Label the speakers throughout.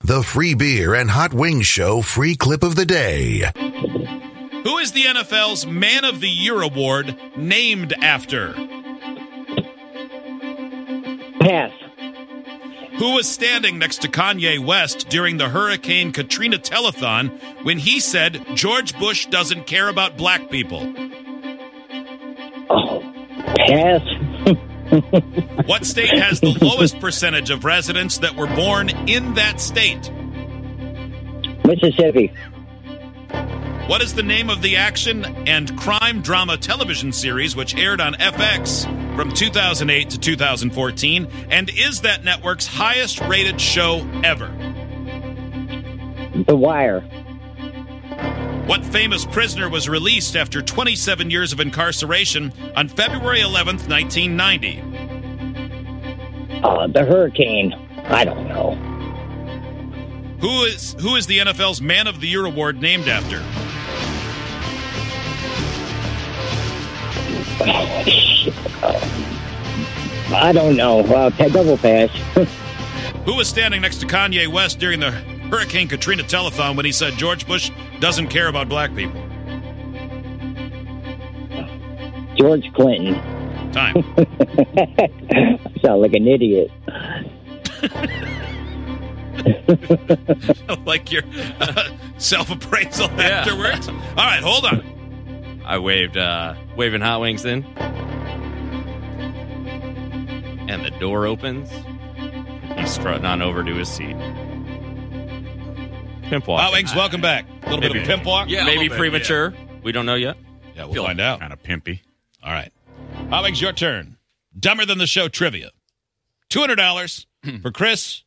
Speaker 1: The free beer and hot wings show free clip of the day.
Speaker 2: Who is the NFL's Man of the Year award named after?
Speaker 3: Pass.
Speaker 2: Who was standing next to Kanye West during the Hurricane Katrina telethon when he said George Bush doesn't care about black people?
Speaker 3: Oh, pass.
Speaker 2: What state has the lowest percentage of residents that were born in that state?
Speaker 3: Mississippi.
Speaker 2: What is the name of the action and crime drama television series which aired on FX from 2008 to 2014 and is that network's highest rated show ever?
Speaker 3: The Wire.
Speaker 2: What famous prisoner was released after 27 years of incarceration on February 11th, 1990?
Speaker 3: Uh, the Hurricane. I don't know.
Speaker 2: Who is who is the NFL's Man of the Year award named after?
Speaker 3: I don't know. Uh, pa- double pass.
Speaker 2: Who was standing next to Kanye West during the Hurricane Katrina telethon when he said George Bush doesn't care about black people?
Speaker 3: George Clinton.
Speaker 2: Time.
Speaker 3: I sound like an idiot.
Speaker 2: like your uh, self appraisal afterwards. All right, hold on.
Speaker 4: I waved, uh, waving hot wings in. And the door opens. He's strutting on over to his seat. Pimp walk.
Speaker 2: Hot Wings, welcome back. A little bit of
Speaker 4: Maybe.
Speaker 2: pimp walk.
Speaker 5: Yeah, a
Speaker 4: Maybe
Speaker 5: little bit,
Speaker 4: premature. We don't know yet.
Speaker 2: yeah we'll find out.
Speaker 5: Kind of pimpy.
Speaker 2: All right. Hot Wings, your turn. Dumber than the show trivia. $200 for Chris.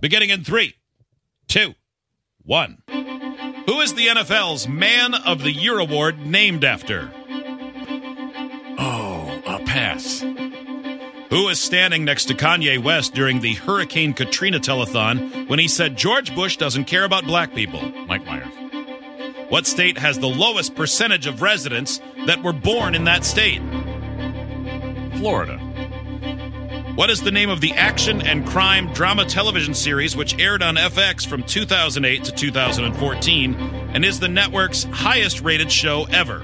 Speaker 2: Beginning in three, two, one. Who is the NFL's Man of the Year award named after?
Speaker 5: Oh, a pass.
Speaker 2: Who was standing next to Kanye West during the Hurricane Katrina telethon when he said George Bush doesn't care about black people?
Speaker 5: Mike Myers.
Speaker 2: What state has the lowest percentage of residents that were born in that state?
Speaker 5: Florida.
Speaker 2: What is the name of the action and crime drama television series which aired on FX from 2008 to 2014 and is the network's highest rated show ever?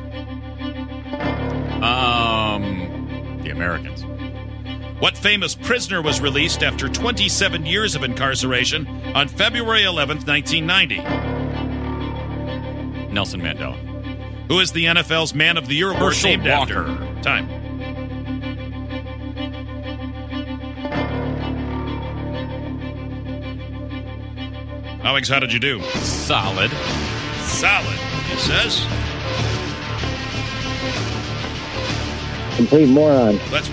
Speaker 5: Um, the Americans.
Speaker 2: What famous prisoner was released after 27 years of incarceration on February 11th, 1990?
Speaker 5: Nelson Mandela.
Speaker 2: Who is the NFL's Man of the Year award
Speaker 5: Herschel
Speaker 2: named
Speaker 5: Walker.
Speaker 2: after? Time. Alex, how did you do?
Speaker 5: Solid.
Speaker 2: Solid, he says.
Speaker 3: Complete moron.
Speaker 2: Let's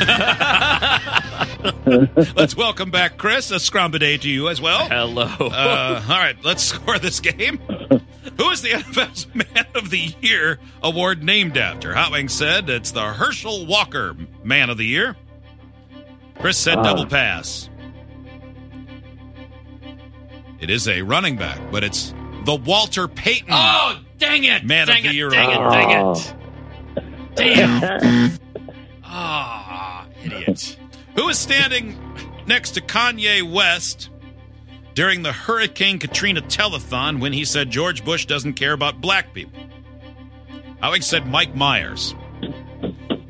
Speaker 2: let's welcome back Chris. A scrum day to you as well.
Speaker 4: Hello.
Speaker 2: Oh. Uh, all right, let's score this game. Who is the NFL's Man of the Year award named after? Hot Wing said it's the Herschel Walker Man of the Year. Chris said
Speaker 3: Ah.
Speaker 2: double pass. It is a running back, but it's the Walter Payton.
Speaker 5: Oh, dang it.
Speaker 2: Man of
Speaker 5: dang
Speaker 2: the
Speaker 5: it,
Speaker 2: year
Speaker 5: Dang
Speaker 3: award.
Speaker 5: it. Dang it. Damn. Ah, idiot.
Speaker 2: Who is standing next to Kanye West during the Hurricane Katrina telethon when he said George Bush doesn't care about black people? Alex said Mike Myers.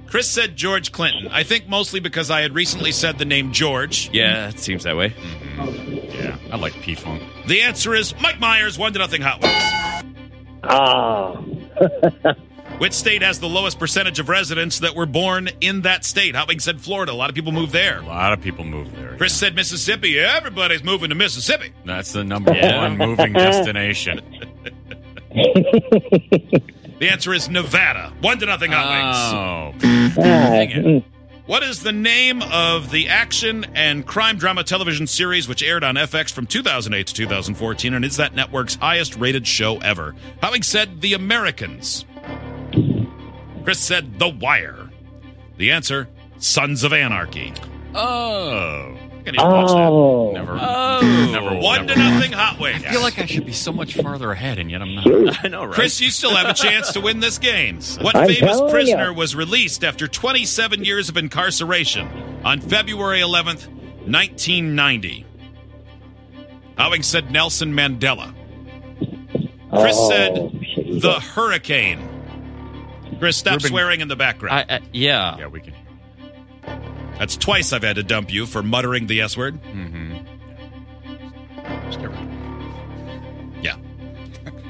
Speaker 2: Chris said George Clinton. I think mostly because I had recently said the name George.
Speaker 4: yeah, it seems that way.
Speaker 2: Mm-hmm.
Speaker 5: Yeah, I like P Funk.
Speaker 2: The answer is Mike Myers, one to nothing hot wings.
Speaker 3: Ah.
Speaker 2: Which state has the lowest percentage of residents that were born in that state? Hot Wings said Florida. A lot of people move there.
Speaker 5: A lot of people move there.
Speaker 2: Chris said Mississippi. Everybody's moving to Mississippi.
Speaker 5: yeah. That's the number
Speaker 4: Yeah.
Speaker 5: one moving destination.
Speaker 3: Oh.
Speaker 2: The answer is Nevada. One to nothing hot wings.
Speaker 5: Oh,
Speaker 3: Dang
Speaker 5: it.
Speaker 2: What is the name of the action and crime drama television series which aired on FX from 2008 to 2014 and is that network's highest rated show ever? Having said The Americans, Chris said The Wire. The answer Sons of Anarchy.
Speaker 5: oh.
Speaker 2: I can even watch that.
Speaker 3: Oh.
Speaker 5: Never.
Speaker 4: Oh.
Speaker 5: never
Speaker 2: One
Speaker 5: never
Speaker 2: to nothing hot wings.
Speaker 5: I feel like I should be so much farther ahead, and yet I'm not.
Speaker 4: I know, right?
Speaker 2: Chris, you still have a chance to win this game. What
Speaker 3: I'm
Speaker 2: famous
Speaker 3: telling ya.
Speaker 2: prisoner was released after 27 years of incarceration on February 11th, 1990? Owings said Nelson Mandela. Chris
Speaker 3: oh,
Speaker 2: said
Speaker 3: shit.
Speaker 2: the hurricane. Chris, stop
Speaker 5: Ruben-
Speaker 2: swearing in the background.
Speaker 4: I, I, yeah.
Speaker 5: Yeah, we can.
Speaker 2: That's twice I've had to dump you for muttering the S word.
Speaker 5: Mm-hmm. Just get rid of it.
Speaker 2: Yeah.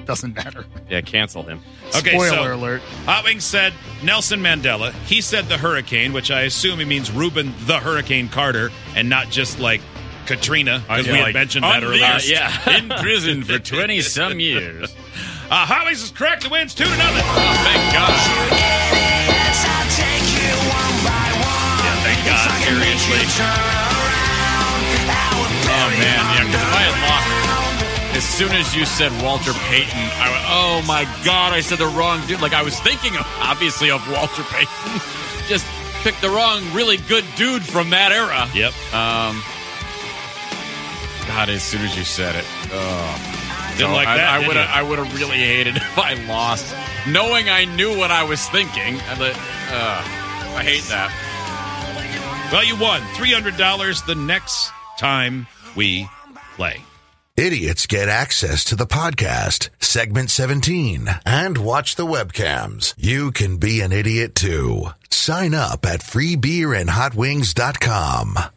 Speaker 6: Doesn't matter.
Speaker 4: Yeah, cancel him.
Speaker 2: Okay,
Speaker 6: Spoiler
Speaker 2: so-
Speaker 6: alert.
Speaker 2: Hotwing said Nelson Mandela. He said the hurricane, which I assume he means Reuben the Hurricane Carter and not just like Katrina, because we had
Speaker 5: Like,
Speaker 2: mentioned that earlier.
Speaker 5: unleashed in prison for 20 some years.
Speaker 2: Uh, Hotwings is correct. The win's 2 to nothing. thank God. Yeah, thank God, seriously.
Speaker 5: Oh, man. Yeah, because if I had lost, as soon as you said Walter Payton, I went, oh my God, I said the wrong dude. Like, I was thinking, of, obviously, of Walter Payton. Just picked the wrong, really good dude from that era.
Speaker 2: Yep.
Speaker 5: Um, God, as soon as you said it, oh,
Speaker 2: Didn't like
Speaker 5: I-
Speaker 2: that,
Speaker 5: I
Speaker 2: did
Speaker 5: would have,
Speaker 2: ya?
Speaker 5: I would have really hated if I lost, knowing I knew what I was thinking. I, li- uh, I hate that.
Speaker 2: Well, you won $300 the next time we play.
Speaker 1: Idiots get access to the podcast, segment 17, and watch the webcams. You can be an idiot too. Sign up at freebeerandhotwings.com.